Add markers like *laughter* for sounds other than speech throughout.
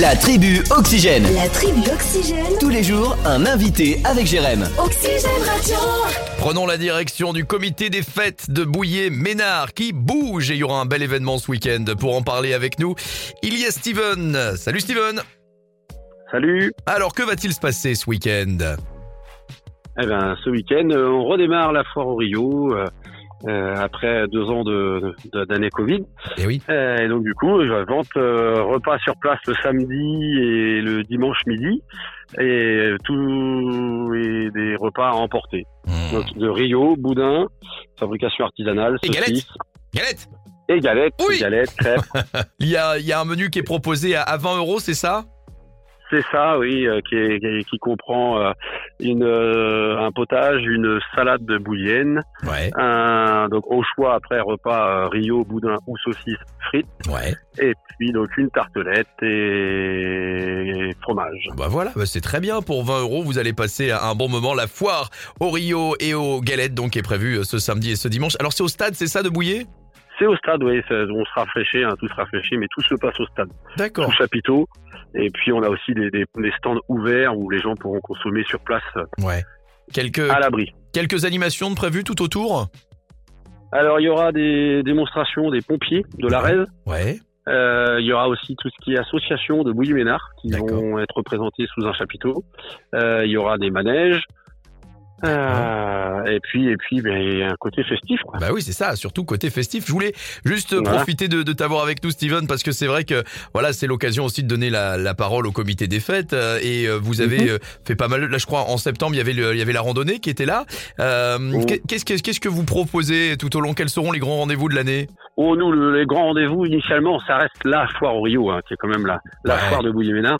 La tribu Oxygène. La tribu Oxygène, Tous les jours, un invité avec Jérém. Oxygène Radio. Prenons la direction du comité des fêtes de Bouillet-Ménard qui bouge et il y aura un bel événement ce week-end. Pour en parler avec nous, il y a Steven. Salut Steven Salut. Alors que va-t-il se passer ce week-end Eh ben, ce week-end, euh, on redémarre la foire au Rio euh, euh, après deux ans de de- d'année Covid. Eh oui. Euh, et donc du coup, la vente euh, repas sur place le samedi et le dimanche midi et tout et des repas à emporter. Mmh. Donc de Rio, boudin, fabrication artisanale, Et galettes. saucisses Galette et galettes, Oui. galettes, crêpes. *laughs* il y, a, il y a un menu qui est proposé à- à 20 euros, c'est ça C'est ça, oui, euh, qui, est- qui est- qui comprend euh, une, euh, un potage, une salade de bouillenne, Ouais, un, donc au choix après repas euh, Rio, boudin ou saucisse frites, ouais. et puis donc une tartelette et fromage. Bah voilà, bah c'est très bien. Pour 20 euros, vous allez passer à un bon moment. La foire au Rio et aux galettes donc est prévue euh, ce samedi et ce dimanche. Alors c'est au stade, c'est ça de Bouillet C'est au stade, oui, c'est- on se rafraîchit, hein, tout se rafraîchit, mais tout se passe au stade, D'accord. tout chapiteau. Et puis on a aussi des, des- des stands ouverts où les gens pourront consommer sur place euh, Ouais. Quelques, à l'abri. quelques animations de prévues tout autour Alors il y aura des démonstrations des pompiers de la Ouais. RES. Ouais. Euh, il y aura aussi tout ce qui est association de Bouilly Ménard qui D'accord. vont être représentés sous un chapiteau. Euh, il y aura des manèges. Euh, et puis, et puis, ben, il y a un côté festif. Quoi. Bah oui, c'est ça, surtout côté festif. Je voulais juste Voilà. profiter de, de t'avoir avec nous, Steven, parce que c'est vrai que voilà, c'est l'occasion aussi de donner la, la parole au comité des fêtes. euh, et euh, vous avez Mhm. euh, fait pas mal. Là, je crois, en septembre, il y avait, le- il y avait la randonnée qui était là. Euh, Oh. qu'est- Qu'est-ce que- qu'est-ce que vous proposez tout au long Quels seront les grands rendez-vous de l'année Oh, nous, le- les grands rendez-vous initialement, ça reste la foire au Rio, hein, qui est quand même la, la Ouais. foire de Bouilly Ménard.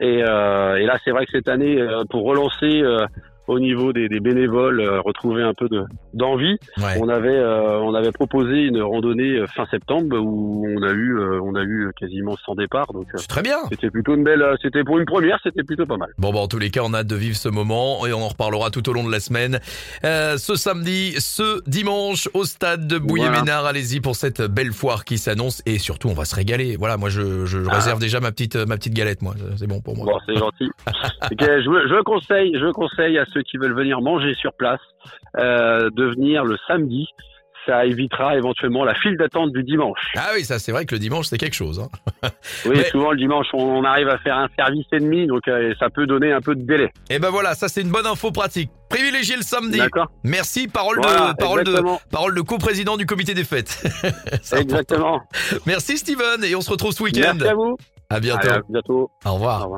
Et, euh, et là, c'est vrai que cette année, euh, pour relancer euh, au niveau des, des bénévoles, euh, retrouver un peu de d'envie, Ouais. on avait euh, on avait proposé une randonnée euh, fin septembre où on a eu euh, on a eu quasiment 100 départs. Donc euh, C'est très bien. C'était plutôt une belle, euh, c'était pour une première, c'était plutôt pas mal. Bon, bah, en tous les cas, on a hâte de vivre ce moment et on en reparlera tout au long de la semaine. Euh, ce samedi, ce dimanche, au stade de Bouillet-Ménard, allez-y pour cette belle foire qui s'annonce et surtout, on va se régaler. Voilà, moi, je, je Ah. réserve déjà ma petite, ma petite galette, moi. C'est bon pour moi. Bon, *laughs* c'est gentil. Ok, je, je conseille, je conseille à ceux qui veulent venir manger sur place euh, de venir le samedi. Ça évitera éventuellement la file d'attente du dimanche. Ah oui, ça, c'est vrai que le dimanche, c'est quelque chose. hein. Oui, Mais- souvent le dimanche, on, on arrive à faire un service et demi, donc euh, ça peut donner un peu de délai. Et ben voilà, ça, c'est une bonne info pratique. Privilégiez le samedi. D'accord. Merci, parole Voilà, de, parole de, exactement, parole de co-président du comité des fêtes. *laughs* C'est important. exactement. Merci, Steven, et on se retrouve ce week-end. Merci à vous. À bientôt. Allez, à bientôt. Au revoir. Au revoir.